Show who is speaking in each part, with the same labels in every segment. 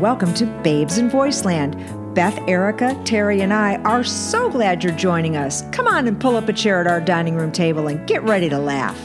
Speaker 1: welcome to Babes in Voiceland. Beth, Erica, Terry, and I are so glad you're joining us. Come on and pull up a chair at our dining room table and get ready to laugh.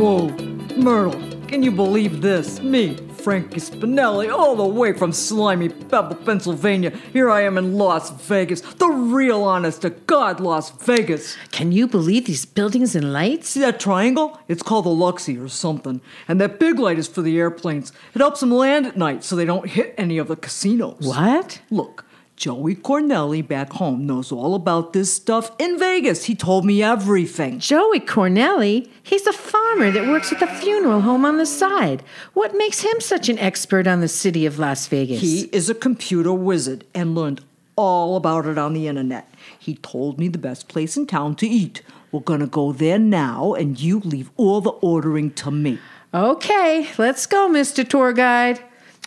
Speaker 2: Whoa, Myrtle, can you believe this? Me, Frankie Spinelli, all the way from slimy Pebble, Pennsylvania. Here I am in Las Vegas, the real honest to God Las Vegas.
Speaker 3: Can you believe these buildings and lights?
Speaker 2: See that triangle? It's called the Luxy or something. And that big light is for the airplanes. It helps them land at night so they don't hit any of the casinos.
Speaker 3: What?
Speaker 2: Look, Joey Cornelli back home knows all about this stuff in Vegas. He told me everything.
Speaker 3: Joey Cornelli? He's a farmer that works at the funeral home on the side. What makes him such an expert on the city of Las Vegas?
Speaker 2: He is a computer wizard and learned all about it on the internet. He told me the best place in town to eat. We're gonna go there now, and you leave all the ordering to me.
Speaker 3: Okay, let's go, Mr. Tour Guide.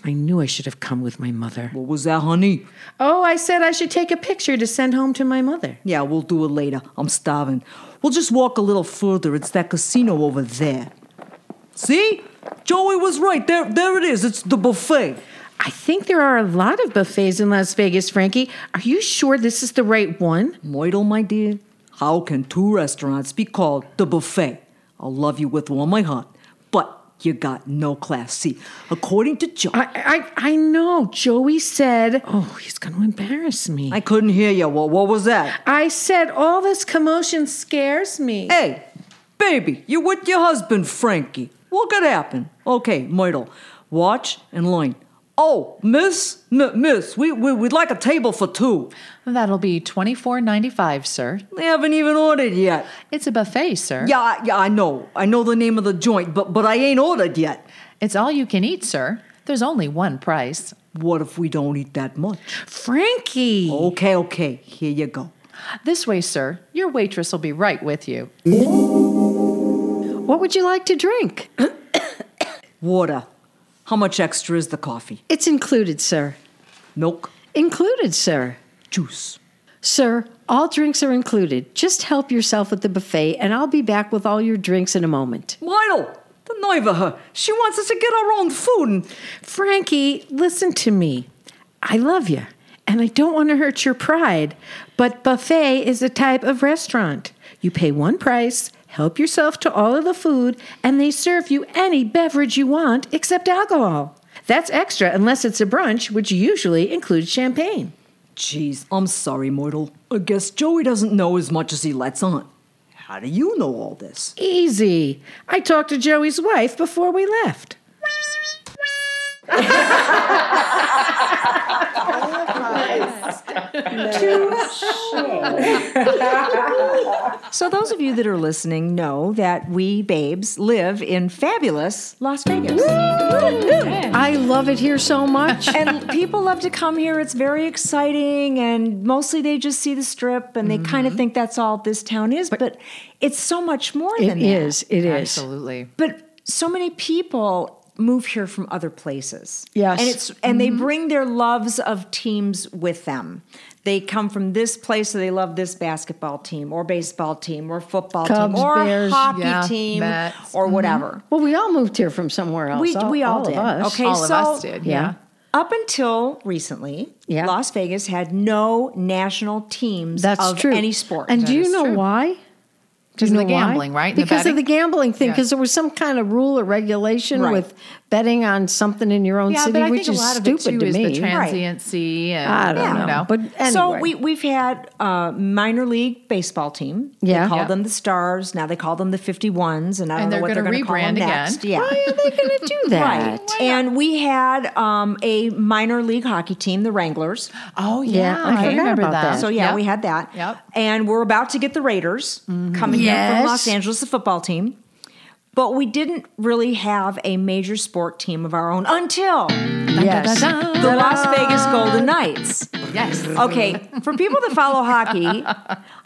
Speaker 3: I knew I should have come with my mother.
Speaker 2: What was that, honey?
Speaker 3: Oh, I said I should take a picture to send home to my mother.
Speaker 2: Yeah, we'll do it later. I'm starving. We'll just walk a little further. It's that casino over there. See? Joey was right. There, there it is. It's the buffet.
Speaker 3: I think there are a lot of buffets in Las Vegas, Frankie. Are you sure this is the right one?
Speaker 2: Moidle, my dear, how can two restaurants be called the buffet? I'll love you with all my heart, but you got no class C. According to Joey, I,
Speaker 3: I, I, I know. Joey said, Oh, he's going to embarrass me. I,
Speaker 2: couldn't hear you. What, what was that?
Speaker 3: said, All this commotion scares me.
Speaker 2: Hey, baby, you with your husband, Frankie. What could happen? Okay, Moidle, watch and learn. Oh, miss, M- miss, we, we, we'd like a table for two.
Speaker 4: That'll be twenty four ninety five, sir.
Speaker 2: They haven't even ordered yet.
Speaker 4: It's a buffet, sir.
Speaker 2: Yeah, I- yeah, I know. I know the name of the joint, but but I ain't ordered yet.
Speaker 4: It's all you can eat, sir. There's only one price.
Speaker 2: What if we don't eat that much?
Speaker 3: Frankie!
Speaker 2: Okay, okay. Here you go.
Speaker 4: This way, sir. Your waitress will be right with you.
Speaker 3: What would you like to drink?
Speaker 2: Water. How much extra is the coffee?
Speaker 5: It's included, sir.
Speaker 2: Milk,
Speaker 5: Included, sir.
Speaker 2: juice.
Speaker 5: Sir, all drinks are included. Just help yourself at the buffet, and I'll be back with all your drinks in a moment.
Speaker 2: Lionel, the nerve of her. She wants us to get our own food. And
Speaker 3: Frankie, listen to me. I love you, and I don't want to hurt your pride, but buffet is a type of restaurant. You pay one price, help yourself to all of the food, and they serve you any beverage you want except alcohol. That's extra unless it's a brunch, which usually includes champagne.
Speaker 2: Jeez, I'm sorry, Mortal. I guess Joey doesn't know as much as he lets on. How do you know all this?
Speaker 3: Easy. I talked to Joey's wife before we left.
Speaker 1: So, those of you that are listening know that we babes live in fabulous Las Vegas.
Speaker 5: I love it here so much.
Speaker 1: and people love to come here. It's very exciting, and mostly they just see the strip and they kind of think that's all this town is. Mm-hmm. But, it's so much more
Speaker 5: It
Speaker 1: than that.
Speaker 5: is. It is.
Speaker 4: Absolutely.
Speaker 1: But so many people move here from other places.
Speaker 5: Yes.
Speaker 1: And it's and they
Speaker 2: Mm-hmm.
Speaker 1: bring their loves of teams with them. They come from this place, so they love this basketball team or baseball team or football
Speaker 5: Cubs,
Speaker 1: team or
Speaker 5: Bears.
Speaker 1: hockey
Speaker 4: Yeah,
Speaker 1: team
Speaker 4: Mets.
Speaker 1: or whatever.
Speaker 5: Well, we all moved here from somewhere else.
Speaker 1: We,
Speaker 5: all,
Speaker 1: we all,
Speaker 5: all
Speaker 1: did.
Speaker 5: Of us.
Speaker 1: Okay,
Speaker 4: All
Speaker 1: so
Speaker 4: of us did. Yeah.
Speaker 1: up until recently,
Speaker 5: Yeah.
Speaker 1: Las Vegas had no national teams
Speaker 5: That's
Speaker 1: of
Speaker 5: true.
Speaker 1: any sport.
Speaker 5: And do you
Speaker 4: is
Speaker 5: know
Speaker 4: true.
Speaker 5: why?
Speaker 4: Because
Speaker 5: You
Speaker 4: of the
Speaker 5: know why?
Speaker 4: gambling, right? And the
Speaker 5: Because of
Speaker 4: betting?
Speaker 5: the gambling thing,
Speaker 4: Yeah.
Speaker 5: because there was some kind of rule or regulation
Speaker 1: Right.
Speaker 5: with betting on something in your own
Speaker 4: Yeah,
Speaker 5: city,
Speaker 4: but I
Speaker 5: which
Speaker 4: think a
Speaker 5: is
Speaker 4: lot of it
Speaker 5: stupid
Speaker 4: too
Speaker 5: to
Speaker 4: is
Speaker 5: me.
Speaker 4: the transiency. And,
Speaker 5: I don't
Speaker 4: you
Speaker 5: know. But anyway,
Speaker 1: So we we've had a minor league baseball team.
Speaker 5: Yeah.
Speaker 1: they call
Speaker 5: Yeah.
Speaker 1: them the Stars. Now they call them the Fifty Ones, and I don't
Speaker 4: And
Speaker 1: know
Speaker 4: they're
Speaker 1: what they're
Speaker 4: gonna
Speaker 1: going to call them
Speaker 4: rebrand again.
Speaker 1: next. Yeah.
Speaker 5: why are they going to do that?
Speaker 1: Right. And we had um, a minor league hockey team, the Wranglers.
Speaker 4: oh
Speaker 5: Yeah,
Speaker 4: yeah,
Speaker 5: I
Speaker 4: I
Speaker 5: forgot
Speaker 4: remember
Speaker 5: about
Speaker 4: that.
Speaker 5: that.
Speaker 1: So, yeah,
Speaker 4: Yep.
Speaker 1: we had that.
Speaker 4: Yep.
Speaker 1: And we're about to get the Raiders coming in from
Speaker 5: Yes.
Speaker 1: Los Angeles, the football team. But we didn't really have a major sport team of our own until
Speaker 5: Yes.
Speaker 1: the
Speaker 4: Oh.
Speaker 1: Las
Speaker 4: Ah.
Speaker 1: Vegas Golden Knights.
Speaker 4: Yes.
Speaker 1: Okay, for people that follow hockey,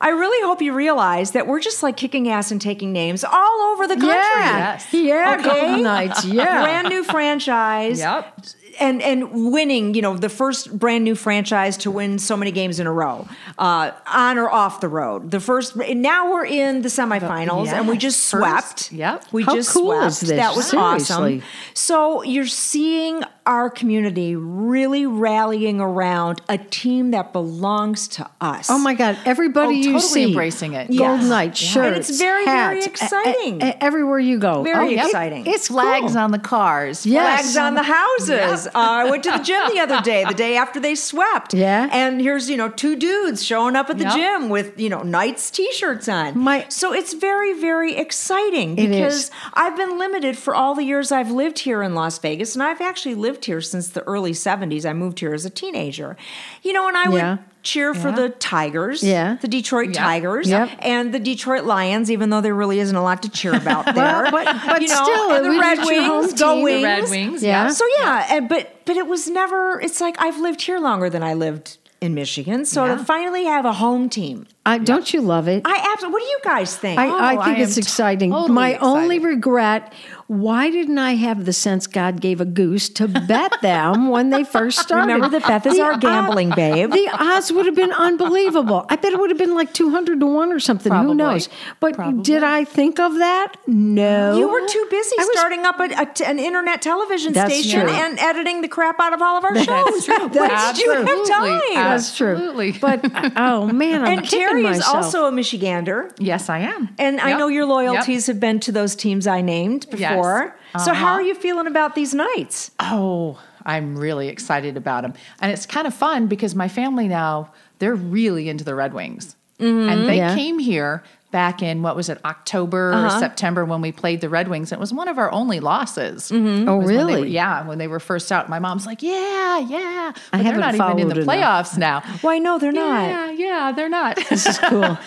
Speaker 1: I really hope you realize that we're just like kicking ass and taking names all over the country.
Speaker 5: Yeah.
Speaker 4: Yes.
Speaker 5: Yeah,
Speaker 1: Okay.
Speaker 5: Golden Knights. Yeah.
Speaker 1: Brand new franchise.
Speaker 4: Yep.
Speaker 2: and and winning, you know, the first brand new franchise to win so many games in a row, uh, on or off the road. The first. and Now we're in the semifinals, and we just
Speaker 4: Yes,
Speaker 2: swept.
Speaker 4: first. Yep.
Speaker 2: We
Speaker 5: How
Speaker 2: just
Speaker 5: cool
Speaker 2: swept.
Speaker 5: is this?
Speaker 2: That was awesome.
Speaker 5: Seriously.
Speaker 2: So you're seeing our community really rallying around a team that belongs to us.
Speaker 5: Oh my God! Everybody
Speaker 4: Oh,
Speaker 5: you
Speaker 4: totally
Speaker 5: see
Speaker 4: embracing it.
Speaker 5: Gold
Speaker 2: Yes.
Speaker 5: Knight
Speaker 2: Yeah.
Speaker 5: shirts,
Speaker 2: And it's very, very
Speaker 5: hats, e- e-
Speaker 2: exciting.
Speaker 5: e- everywhere you go,
Speaker 2: Very
Speaker 5: Oh,
Speaker 2: yep.
Speaker 5: it-
Speaker 2: exciting.
Speaker 5: it's
Speaker 4: flags
Speaker 5: cool.
Speaker 4: on the cars.
Speaker 5: Yes.
Speaker 2: flags on the houses. Uh, I went to the gym the other day, the day after they swept.
Speaker 5: Yeah.
Speaker 2: And here's, you know, two dudes showing up at the
Speaker 4: Yep.
Speaker 2: gym with, you know, Knights t shirts on.
Speaker 5: My-
Speaker 2: so it's very, very exciting
Speaker 5: It
Speaker 2: because
Speaker 5: is.
Speaker 2: I've been limited for all the years I've lived here in Las Vegas. And I've actually lived here since the early 70s. I moved here as a teenager. You know, and I
Speaker 5: Yeah.
Speaker 2: would cheer for the Tigers,
Speaker 5: Yeah.
Speaker 2: the Detroit
Speaker 4: Yep.
Speaker 2: Tigers,
Speaker 5: Yep.
Speaker 2: and the Detroit Lions, even though there really isn't a lot to cheer about there.
Speaker 5: but- but
Speaker 2: you know,
Speaker 5: still,
Speaker 2: and the
Speaker 5: it was
Speaker 2: Red
Speaker 5: your home
Speaker 2: Wings, go
Speaker 5: team, the
Speaker 2: Wings.
Speaker 4: Red Wings,
Speaker 5: Yeah.
Speaker 4: yeah.
Speaker 2: So yeah, and, but but it was never. It's like I've lived here longer than I lived in Michigan, so to finally have a home team,
Speaker 5: I, don't you love it?
Speaker 2: I absolutely. What do you guys think?
Speaker 5: I, I think
Speaker 4: I
Speaker 5: it's
Speaker 4: am
Speaker 5: exciting.
Speaker 4: totally
Speaker 5: My
Speaker 4: excited.
Speaker 5: only regret, why didn't I have the sense God gave a goose to bet them when they first started?
Speaker 2: Remember that Beth is
Speaker 5: The
Speaker 2: our gambling
Speaker 5: o-
Speaker 2: babe.
Speaker 5: The odds would have been unbelievable. I bet it would have been like 200 to 1 or something. Who
Speaker 4: Probably.
Speaker 5: knows? But
Speaker 4: Probably.
Speaker 5: did I think of that? No.
Speaker 2: you were too busy
Speaker 5: I was-
Speaker 2: starting up a, a t an internet television
Speaker 5: That's
Speaker 2: station
Speaker 5: true.
Speaker 2: and editing the crap out of all of our shows.
Speaker 4: That's true.
Speaker 2: When did you have time?
Speaker 4: Absolutely.
Speaker 5: That's true.
Speaker 4: Absolutely.
Speaker 5: But, oh man, I'm
Speaker 2: and
Speaker 5: kicking
Speaker 2: Terry is
Speaker 5: myself.
Speaker 2: also a Michigander.
Speaker 4: yes, I am.
Speaker 2: And I
Speaker 4: Yep.
Speaker 2: know your
Speaker 4: Yep.
Speaker 2: loyalties have been to those teams I named
Speaker 4: Yes.
Speaker 2: before. So, how
Speaker 4: Uh-huh.
Speaker 2: are you feeling about these nights?
Speaker 4: Oh, I'm really excited about them. And it's kind of fun because my family now, they're really into the Red Wings. And they
Speaker 5: Yeah.
Speaker 4: came here back in what was it, October or September when we played the Red Wings. It was one of our only losses.
Speaker 5: Oh
Speaker 4: was when they
Speaker 5: really?
Speaker 4: were- yeah, when they were first out. My mom's like, yeah, yeah. But
Speaker 5: I
Speaker 4: they're
Speaker 5: haven't
Speaker 4: not even in
Speaker 5: followed
Speaker 4: the
Speaker 5: enough.
Speaker 4: playoffs now.
Speaker 2: Why, no, they're not.
Speaker 4: Yeah, yeah, they're not.
Speaker 5: This is cool.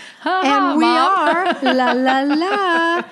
Speaker 5: and we are la la la.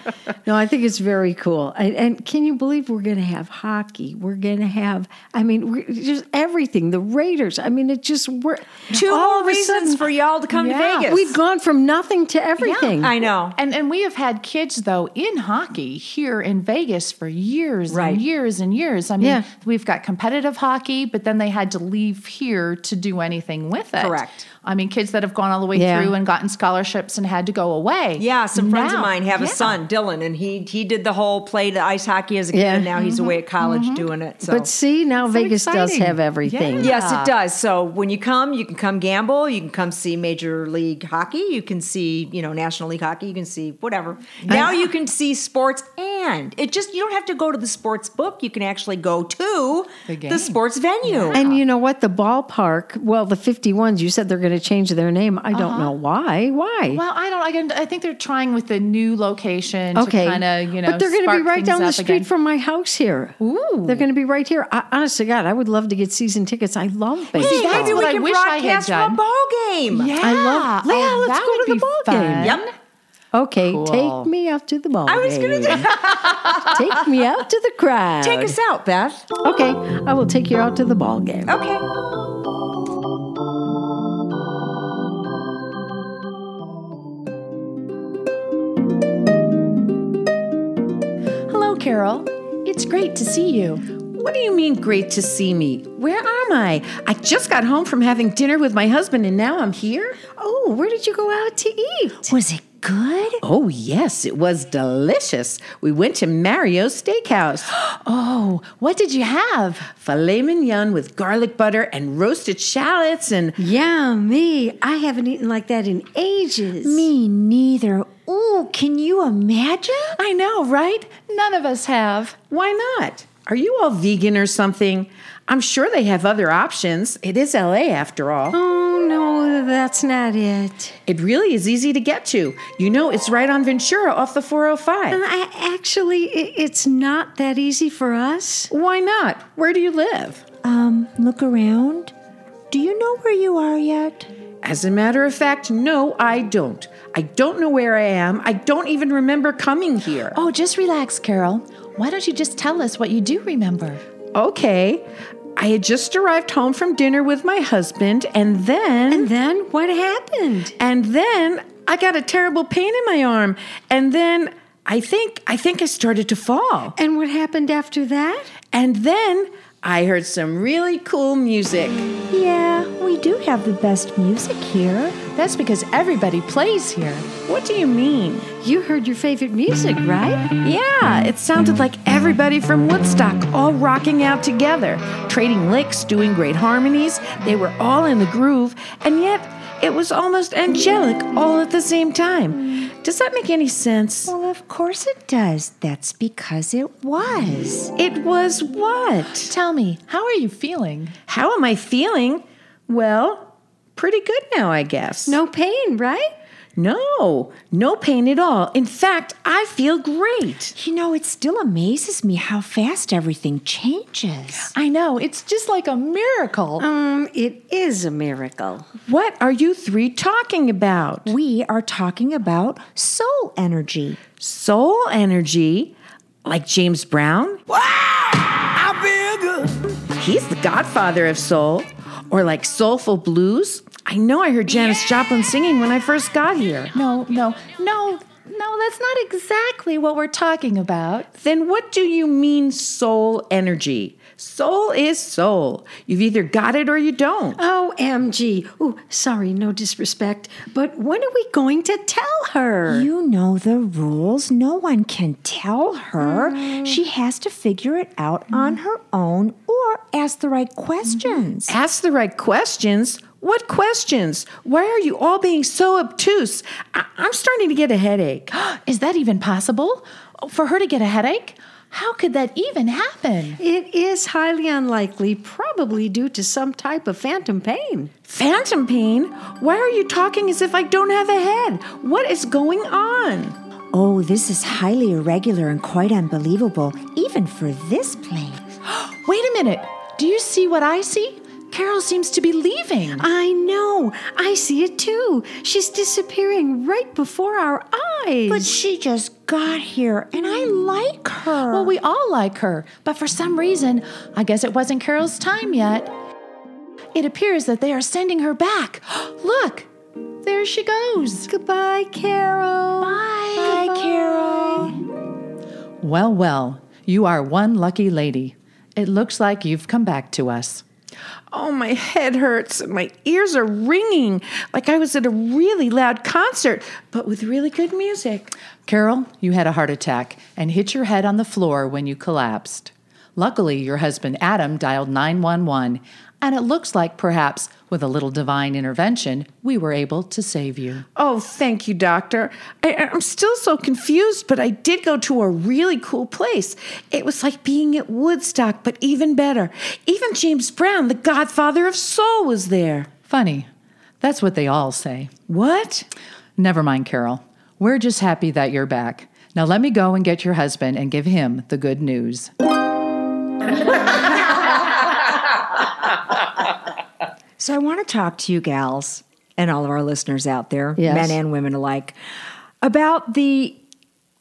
Speaker 5: No, I think it's very cool. And, and can you believe we're going to have hockey? We're going to have, I mean, we're, just everything. The Raiders. I mean, it just we're
Speaker 2: Two
Speaker 5: all
Speaker 2: more
Speaker 5: of a
Speaker 2: reasons
Speaker 5: sudden,
Speaker 2: for y'all to come
Speaker 4: Yeah.
Speaker 2: to Vegas.
Speaker 5: We've gone from nothing to everything.
Speaker 2: I know.
Speaker 4: And and we have had kids though in hockey here in Vegas for years
Speaker 2: Right.
Speaker 4: and years and years. I mean,
Speaker 5: Yeah.
Speaker 4: we've got competitive hockey, but then they had to leave here to do anything with it.
Speaker 2: Correct.
Speaker 4: I mean, kids that have gone all the way
Speaker 5: Yeah.
Speaker 4: through and gotten scholarships and had to go away.
Speaker 2: Yeah, some friends of
Speaker 4: Now-
Speaker 2: mine have a
Speaker 4: yeah.
Speaker 2: son, Dylan, and he he did the whole played ice hockey as a kid,
Speaker 5: Yeah.
Speaker 2: and now he's away at
Speaker 4: Mm-hmm.
Speaker 2: college doing it. So.
Speaker 5: But see, now Vegas does
Speaker 4: exciting.
Speaker 5: have everything.
Speaker 4: Yeah.
Speaker 2: Yes, it does. So when you come, you can come gamble. You can come see Major League Hockey. You can see, you know, National League Hockey. You can see whatever. Now you can see sports, and it just you don't have to go to the sports book. You can actually go to the,
Speaker 4: The game.
Speaker 2: sports venue.
Speaker 5: And you know what? The ballpark, well, the 51s, you said they're going to change their name. I
Speaker 4: Uh-huh.
Speaker 5: don't know why. Why?
Speaker 4: Well, I don't. I, can, I think they're trying with the new location
Speaker 5: okay.
Speaker 4: to kind of you know.
Speaker 5: but they're going to be
Speaker 4: spark
Speaker 5: right
Speaker 4: things
Speaker 5: down the
Speaker 4: up
Speaker 5: street
Speaker 4: again.
Speaker 5: from my house here.
Speaker 4: Ooh.
Speaker 5: They're going to be right here. I, honest to God, I would love to get season tickets. I love baseball.
Speaker 2: Hey,
Speaker 4: that's
Speaker 2: maybe we
Speaker 4: what I
Speaker 2: can
Speaker 4: wish I had
Speaker 2: broadcast from a
Speaker 4: done.
Speaker 2: ball game.
Speaker 4: Yeah,
Speaker 5: I love- Yeah,
Speaker 4: Oh,
Speaker 5: let's
Speaker 4: that
Speaker 5: go
Speaker 4: would
Speaker 5: to the
Speaker 4: be
Speaker 5: ball game.
Speaker 4: fun.
Speaker 2: Yep.
Speaker 5: Okay,
Speaker 4: Cool.
Speaker 5: take me out to the ball.
Speaker 2: I was gonna
Speaker 5: game. take me out to the crowd.
Speaker 2: Take us out, Beth.
Speaker 5: Okay, I will take you out to the ball game.
Speaker 4: Oh.
Speaker 2: Okay.
Speaker 4: Hello, Carol. It's great to see you.
Speaker 3: What do you mean, great to see me? Where am I? I just got home from having dinner with my husband and now I'm here?
Speaker 5: Oh, where did you go out to eat?
Speaker 2: Was it good?
Speaker 3: Oh, yes, it was delicious. We went to Mario's Steakhouse.
Speaker 4: Oh, what did you have?
Speaker 3: Filet mignon with garlic butter and roasted shallots and
Speaker 5: Yummy. I haven't eaten like that in ages.
Speaker 2: Me neither. Ooh, can you imagine?
Speaker 4: I know, right? None of us have.
Speaker 3: why not? Are you all vegan or something? I'm sure they have other options. It is LA after all.
Speaker 5: Oh, no, that's not it.
Speaker 3: It really is easy to get to. You know, it's right on Ventura off the
Speaker 5: Uh-huh.
Speaker 3: 405.
Speaker 5: I actually, i it's not that easy for us.
Speaker 3: Why not? Where do you live?
Speaker 2: Um, look around. Do you know where you are yet?
Speaker 3: As a matter of fact, no, I don't. I don't know where I am. I don't even remember coming here.
Speaker 4: Oh, just relax, Carol. Why don't you just tell us what you do remember?
Speaker 3: Okay. I had just arrived home from dinner with my husband, and then.
Speaker 5: And then what happened?
Speaker 3: And then I got a terrible pain in my arm. And then I think I think I started to fall.
Speaker 5: And what happened after that?
Speaker 3: And then I heard some really cool music.
Speaker 5: Yeah, we do have the best music here.
Speaker 4: That's because everybody plays here.
Speaker 3: What do you mean?
Speaker 5: You heard your favorite music, right?
Speaker 3: Yeah, it sounded like everybody from Woodstock all rocking out together, trading licks, doing great harmonies. They were all in the groove, and yet it was almost angelic all at the same time. Does that make any sense?
Speaker 5: Well, of course it does. That's because it was.
Speaker 3: It was what?
Speaker 4: Tell me, how are you feeling?
Speaker 3: How am I feeling? Well, pretty good now, I guess.
Speaker 5: No pain, right?
Speaker 3: No, no pain at all. In fact, I feel great.
Speaker 5: You know, it still amazes me how fast everything changes.
Speaker 4: I know, it's just like a miracle.
Speaker 5: Um, it is a miracle.
Speaker 3: What are you three talking about?
Speaker 5: We are talking about soul energy.
Speaker 3: Soul energy, like James Brown? He's the godfather of soul. Or like soulful blues. I know I heard Janis Joplin singing when I first got here.
Speaker 4: No, no, no, no, that's not exactly what we're talking about.
Speaker 3: Then what do you mean soul energy? Soul is soul. You've either got it or you don't.
Speaker 5: OMG. Ooh, sorry, no disrespect, but when are we going to tell her?
Speaker 6: You know the rules. No one can tell her.
Speaker 5: Mm.
Speaker 6: She has to figure it out on her own or ask the right questions.
Speaker 3: Ask the right questions. What questions? Why are you all being so obtuse? I- I'm starting to get a headache.
Speaker 4: Is that even possible? For her to get a headache? How could that even happen?
Speaker 5: It is highly unlikely, probably due to some type of phantom pain.
Speaker 3: Phantom pain? Why are you talking as if I don't have a head? What is going on?
Speaker 6: Oh, this is highly irregular and quite unbelievable, even for this plane.
Speaker 4: Wait a minute. Do you see what I see? Carol seems to be leaving.
Speaker 5: I know. I see it too. She's disappearing right before our eyes.
Speaker 6: But she just got here, and I like her.
Speaker 4: Well, we all like her, but for some reason, I guess it wasn't Carol's time yet. It appears that they are sending her back. Look, there she goes.
Speaker 5: goodbye, Carol.
Speaker 4: Bye. Well, well, you are one lucky lady. It looks like you've come back to us.
Speaker 3: Oh, my head hurts and my ears are ringing like I was at a really loud concert, but with really good music.
Speaker 4: Carol, you had a heart attack and hit your head on the floor when you collapsed. Luckily, your husband Adam dialed 911, and it looks like perhaps with a little divine intervention, we were able to save you.
Speaker 3: Oh, thank you, doctor. I, I- I'm still so confused, but I did go to a really cool place. It was like being at Woodstock, but even better. Even James Brown, the godfather of soul, was there.
Speaker 4: Funny, that's what they all say.
Speaker 3: What?
Speaker 4: Never mind, Carol. We're just happy that you're back. Now let me go and get your husband and give him the good news.
Speaker 1: So I want to talk to you gals and all of our listeners out there,
Speaker 5: Yes.
Speaker 1: men and women alike, about the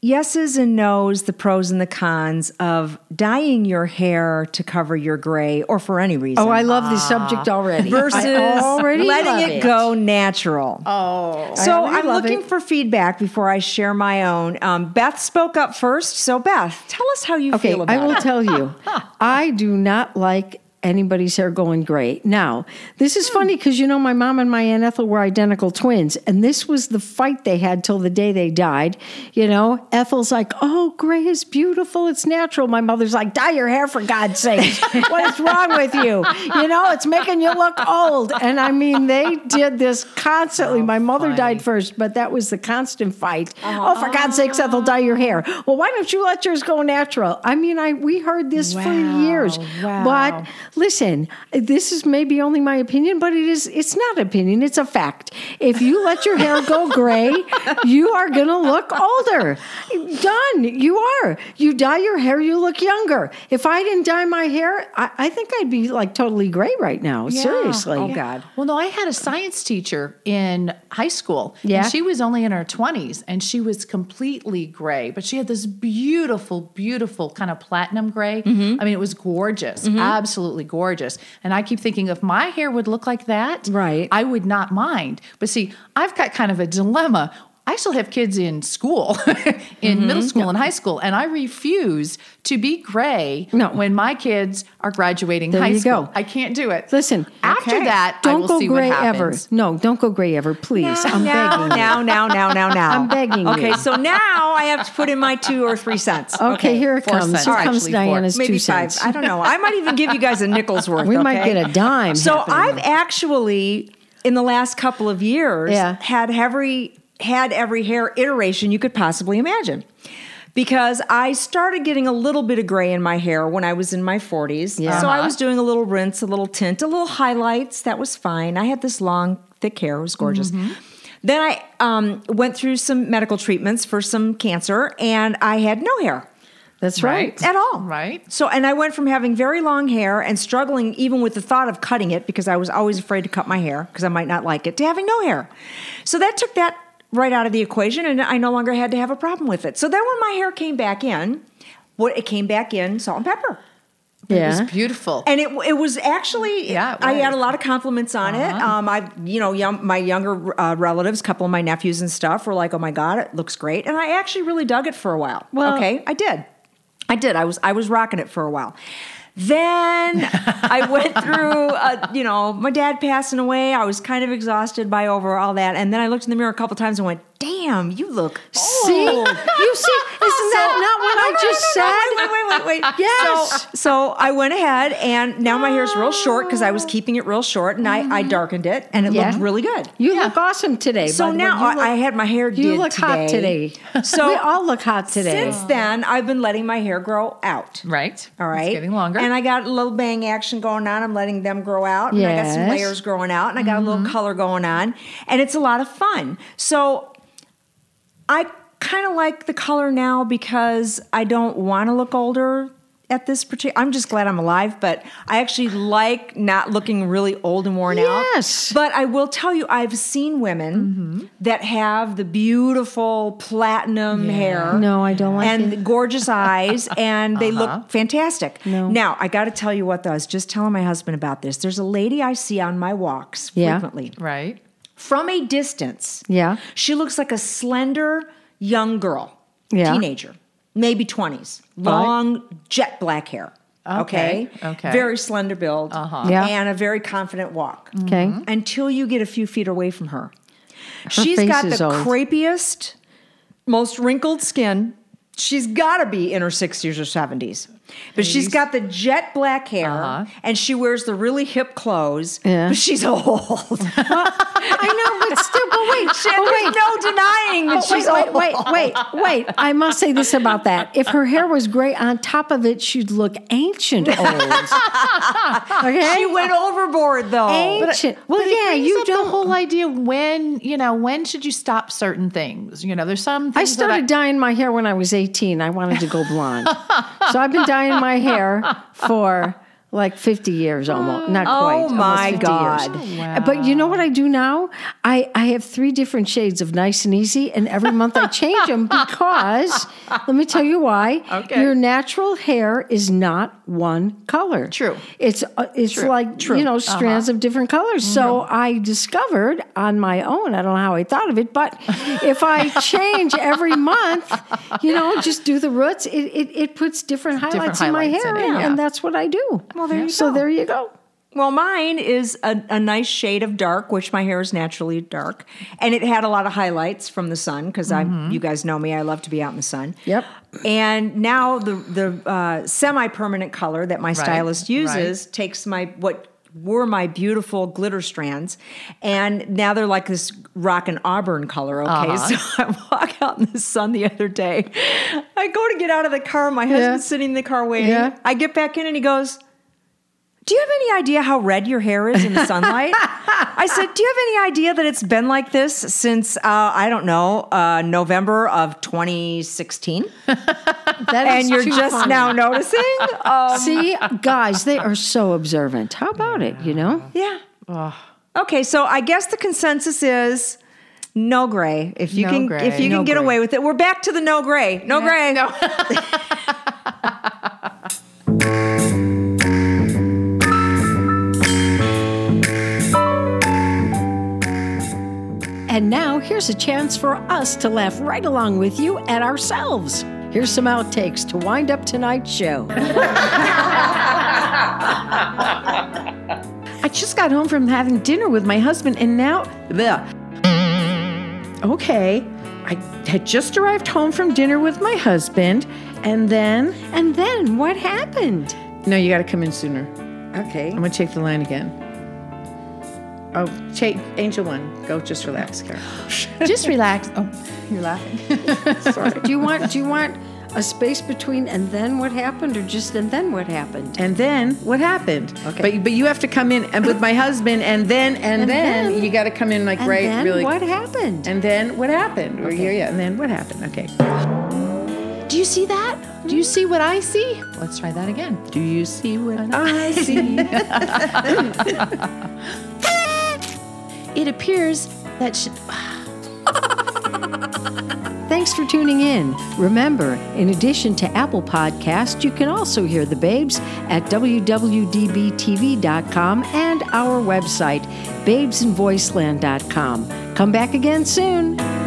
Speaker 1: yeses and nos, the pros and the cons of dyeing your hair to cover your gray or for any reason.
Speaker 5: Oh, I love this subject already.
Speaker 1: Ah. Versus
Speaker 5: I already love
Speaker 1: letting it go natural. Oh, so
Speaker 5: already
Speaker 1: I'm
Speaker 5: love
Speaker 1: looking for feedback before I share my own. Um, Beth spoke up first, so Beth, tell us how you
Speaker 5: Okay,
Speaker 1: feel about
Speaker 5: I will
Speaker 1: it.
Speaker 5: tell you, I do not like anybody's hair going gray. Now, this is funny
Speaker 1: Hmm.
Speaker 5: because you know my mom and my aunt Ethel were identical twins, and this was the fight they had till the day they died. You know, Ethel's like, "Oh, gray is beautiful; it's natural." My mother's like, "Dye your hair for God's sake! what is wrong with you? You know, it's making you look old." And I mean, they did this constantly. my mother died first, but that was the constant fight.
Speaker 1: Uh-huh.
Speaker 5: Oh, for God's sake, Ethel, dye your hair. Well, why don't you let yours go natural? I mean, I we heard this for years. But listen, this is maybe only my opinion, but it is it's not opinion, it's a fact. If you let your hair go gray, you are gonna look older. Done. You are. You dye your hair, you look younger. If I didn't dye my hair, I, I think I'd be like totally gray right now. Seriously.
Speaker 1: Oh, God.
Speaker 4: Well, no, I had a science teacher in high school. and
Speaker 5: Yeah.
Speaker 4: she was only in her 20s and she was completely gray, but she had this beautiful, beautiful kind of platinum gray.
Speaker 5: Mm-hmm.
Speaker 4: I mean, it was gorgeous, absolutely gorgeous. And I keep thinking if my hair would look like that,
Speaker 5: Right.
Speaker 4: I would not mind. But see, I've got kind of a dilemma. I still have kids in school, in middle
Speaker 5: Mm-hmm.
Speaker 4: school and high school, and I refuse to be gray
Speaker 5: No.
Speaker 4: when my kids are graduating
Speaker 5: There
Speaker 4: high
Speaker 5: you
Speaker 4: school.
Speaker 5: go.
Speaker 4: I can't do it.
Speaker 5: Listen,
Speaker 4: after
Speaker 5: okay.
Speaker 4: that, I
Speaker 5: don't
Speaker 4: will
Speaker 5: go
Speaker 4: see what
Speaker 5: gray ever.
Speaker 4: happens.
Speaker 5: No, don't go gray ever, please. I'm
Speaker 1: now,
Speaker 5: begging.
Speaker 1: now, now, now, now, now.
Speaker 5: I'm begging you.
Speaker 1: Okay, so now I have to put in my two or three cents.
Speaker 5: Okay, here it
Speaker 4: four
Speaker 5: comes.
Speaker 4: cents.
Speaker 5: Here
Speaker 4: All right,
Speaker 5: comes
Speaker 4: actually four.
Speaker 5: Diana's
Speaker 1: Maybe
Speaker 5: two
Speaker 1: five.
Speaker 5: cents.
Speaker 1: I don't know. I might even give you guys a nickel's worth.
Speaker 5: We might
Speaker 1: okay?
Speaker 5: get a dime
Speaker 1: So
Speaker 5: happening.
Speaker 1: I've actually, in the last couple of years,
Speaker 5: Yeah.
Speaker 1: had every had every hair iteration you could possibly imagine. Because I started getting a little bit of gray in my hair when I was in my 40s.
Speaker 5: Yeah. Uh-huh.
Speaker 1: So I was doing a little rinse, a little tint, a little highlights. That was fine. I had this long, thick hair. It was gorgeous.
Speaker 5: Mm-hmm.
Speaker 1: Then I um, went through some medical treatments for some cancer, and I had no hair
Speaker 5: That's right.
Speaker 1: at all.
Speaker 4: Right.
Speaker 1: So, and I went from having very long hair and struggling even with the thought of cutting it because I was always afraid to cut my hair because I might not like it to having no hair. So that took that right out of the equation and I no longer had to have a problem with it. So then when my hair came back in, what it came back in salt and pepper.
Speaker 5: Yeah.
Speaker 4: It's beautiful.
Speaker 1: And it it was actually
Speaker 4: Yeah, it
Speaker 1: I had a
Speaker 4: was. Uh-huh.
Speaker 1: lot of compliments on it. Um, I you know young, my younger uh, relatives, a couple of my nephews and stuff were like, "Oh my god, it looks great!" And I actually really dug it for a while.
Speaker 5: Well-
Speaker 1: okay, I did, I did. I was I was rocking it for a while. Then I went through, uh, you know, my dad passing away. I was kind of exhausted by over all that, and then I looked in the mirror a couple times and went, "Damn, you look
Speaker 5: See, you see, isn't that not what I just said?
Speaker 1: Wait, wait, wait, wait.
Speaker 5: Yes.
Speaker 1: So, so I went ahead and now my hair's real short because I was keeping it real short and I, I darkened it and it
Speaker 5: Oh. Mm-hmm. Yeah.
Speaker 1: looked really good.
Speaker 5: You look awesome today. by
Speaker 1: So
Speaker 5: the way.
Speaker 1: now
Speaker 5: You
Speaker 1: I,
Speaker 5: look-
Speaker 1: I had my hair
Speaker 5: You
Speaker 1: did
Speaker 5: look hot today.
Speaker 1: So
Speaker 5: we all look hot today.
Speaker 1: Since then, I've been letting my hair grow out.
Speaker 4: right.
Speaker 1: All right.
Speaker 4: It's getting longer.
Speaker 1: And I got a little bang action going on. I'm letting them grow out. And I got some
Speaker 5: Yes. Mm-hmm.
Speaker 1: layers growing out. And I got a little color going on. And it's a lot of fun. So I kind of like the color now because I don't want to look older at this particular I'm just glad I'm alive, but I actually like not looking really old and worn out.
Speaker 5: Yes. Mm-hmm.
Speaker 1: But I will tell you I've seen women that have the beautiful platinum hair.
Speaker 5: No, I don't like
Speaker 1: and
Speaker 5: it. Uh-huh.
Speaker 1: gorgeous eyes and they look fantastic.
Speaker 5: No.
Speaker 1: Now, I got to tell you what, though. I was just telling my husband about this. There's a lady I see on my walks
Speaker 5: Yeah.
Speaker 1: frequently
Speaker 4: right.
Speaker 1: from a distance.
Speaker 5: Yeah.
Speaker 1: She looks like a slender young girl,
Speaker 5: Yeah.
Speaker 1: teenager, maybe 20s, long, jet black hair. Okay.
Speaker 4: Okay, okay.
Speaker 1: Very slender build
Speaker 5: Uh-huh. Yeah.
Speaker 1: and a very confident walk
Speaker 5: Okay.
Speaker 1: until you get a few feet away from her. She's
Speaker 5: face
Speaker 1: got
Speaker 5: is
Speaker 1: the
Speaker 5: old.
Speaker 1: creepiest, most wrinkled skin. She's got to be in her 60s or 70s. But she's got the jet black hair and she wears the really hip clothes.
Speaker 5: Uh-huh. Yeah.
Speaker 1: But she's old.
Speaker 5: I know, but still, but wait,
Speaker 1: Shit,
Speaker 5: but
Speaker 1: there's
Speaker 5: wait.
Speaker 1: no denying that
Speaker 5: But
Speaker 1: she's
Speaker 5: wait,
Speaker 1: old.
Speaker 5: wait, wait, wait, wait. I must say this about that. If her hair was gray on top of it, she'd look ancient old. Okay?
Speaker 1: She went overboard though.
Speaker 5: ancient. well,
Speaker 4: But it
Speaker 5: yeah,
Speaker 4: brings
Speaker 5: you
Speaker 4: up the
Speaker 5: don't.
Speaker 4: whole idea when you know when should you stop certain things? You know, there's some.
Speaker 5: I
Speaker 4: things that
Speaker 5: started dyeing my hair when I was 18. I wanted to go blonde. so I've been dyeing my hair for like 50 years almost. Not
Speaker 1: Oh,
Speaker 5: quite. almost
Speaker 1: my
Speaker 5: 50 years. Uh,
Speaker 1: God.
Speaker 5: But you know what I do now? I, I have three different shades of nice and easy, and every month I change them because let me tell you why.
Speaker 4: Okay.
Speaker 5: Your natural hair is not one color.
Speaker 4: True.
Speaker 5: It's uh, it's like you know strands of different colors. So I discovered on my own. I don't know how I thought of it, but if I change every month, you know, just do the roots, it it, it puts different highlights in my
Speaker 4: highlights in
Speaker 5: hair,
Speaker 4: it,
Speaker 5: and,
Speaker 4: yeah.
Speaker 5: and that's what I do. Well, there you so there you go.
Speaker 1: Well, mine is a, a nice shade of dark, which my hair is naturally dark, and it had a lot of highlights from the sun because I'm. You guys know me; I love to be out in the sun.
Speaker 5: Mm-hmm. Yep.
Speaker 1: And now the the uh, semi permanent color that my stylist uses takes my what were my beautiful glitter strands, and now they're like this rock and auburn color. Okay,
Speaker 5: Uh-huh.
Speaker 1: so I walk out in the sun the other day. I go to get out of the car. My husband's sitting in the car waiting.
Speaker 5: Yeah.
Speaker 1: I get back in, and he goes. Do you have any idea how red your hair is in the sunlight? I said, Do you have any idea that it's been like this since, uh, I don't know, uh, November of 2016?
Speaker 5: That is
Speaker 1: And you're
Speaker 5: too
Speaker 1: just
Speaker 5: funny.
Speaker 1: now noticing? Um,
Speaker 5: See, guys, they are so observant. How about it? You know,
Speaker 1: yeah. Okay, so I guess the consensus is. No gray. If you
Speaker 4: No
Speaker 1: can,
Speaker 4: gray.
Speaker 1: if you can
Speaker 4: No
Speaker 1: get
Speaker 4: gray.
Speaker 1: away with it, we're back to the no gray. No gray. No.
Speaker 5: and And now here's a chance for us to laugh right along with you at ourselves. Here's some outtakes to wind up tonight's show.
Speaker 3: I just got home from having dinner with my husband, and now the. Okay, I had just arrived home from dinner with my husband, and then
Speaker 5: And then what happened?
Speaker 3: no, you got to come in sooner.
Speaker 5: Okay.
Speaker 3: I'm gonna take the line again. Oh, take Angel One. Go, just relax, Carol.
Speaker 4: Just relax. Oh, you're laughing.
Speaker 5: Do you want do you want a space between and then what happened or just and then what happened?
Speaker 3: And then what happened? Okay. But but you have to come in and with my husband, and then and,
Speaker 5: And
Speaker 3: then,
Speaker 5: then-
Speaker 3: you got to come in like
Speaker 5: And
Speaker 3: right
Speaker 5: then
Speaker 3: really.
Speaker 5: what happened?
Speaker 3: And then what happened? Or yeah, yeah. And then what happened? Okay.
Speaker 4: Do you see that? Do you see what I see? Let's try that again.
Speaker 3: Do you see what I see?
Speaker 4: It appears that she,
Speaker 5: Thanks for tuning in. Remember, in addition to Apple Podcast, you can also hear the babes at www.dbtv.com and our website babesandvoiceland.com. Come back again soon.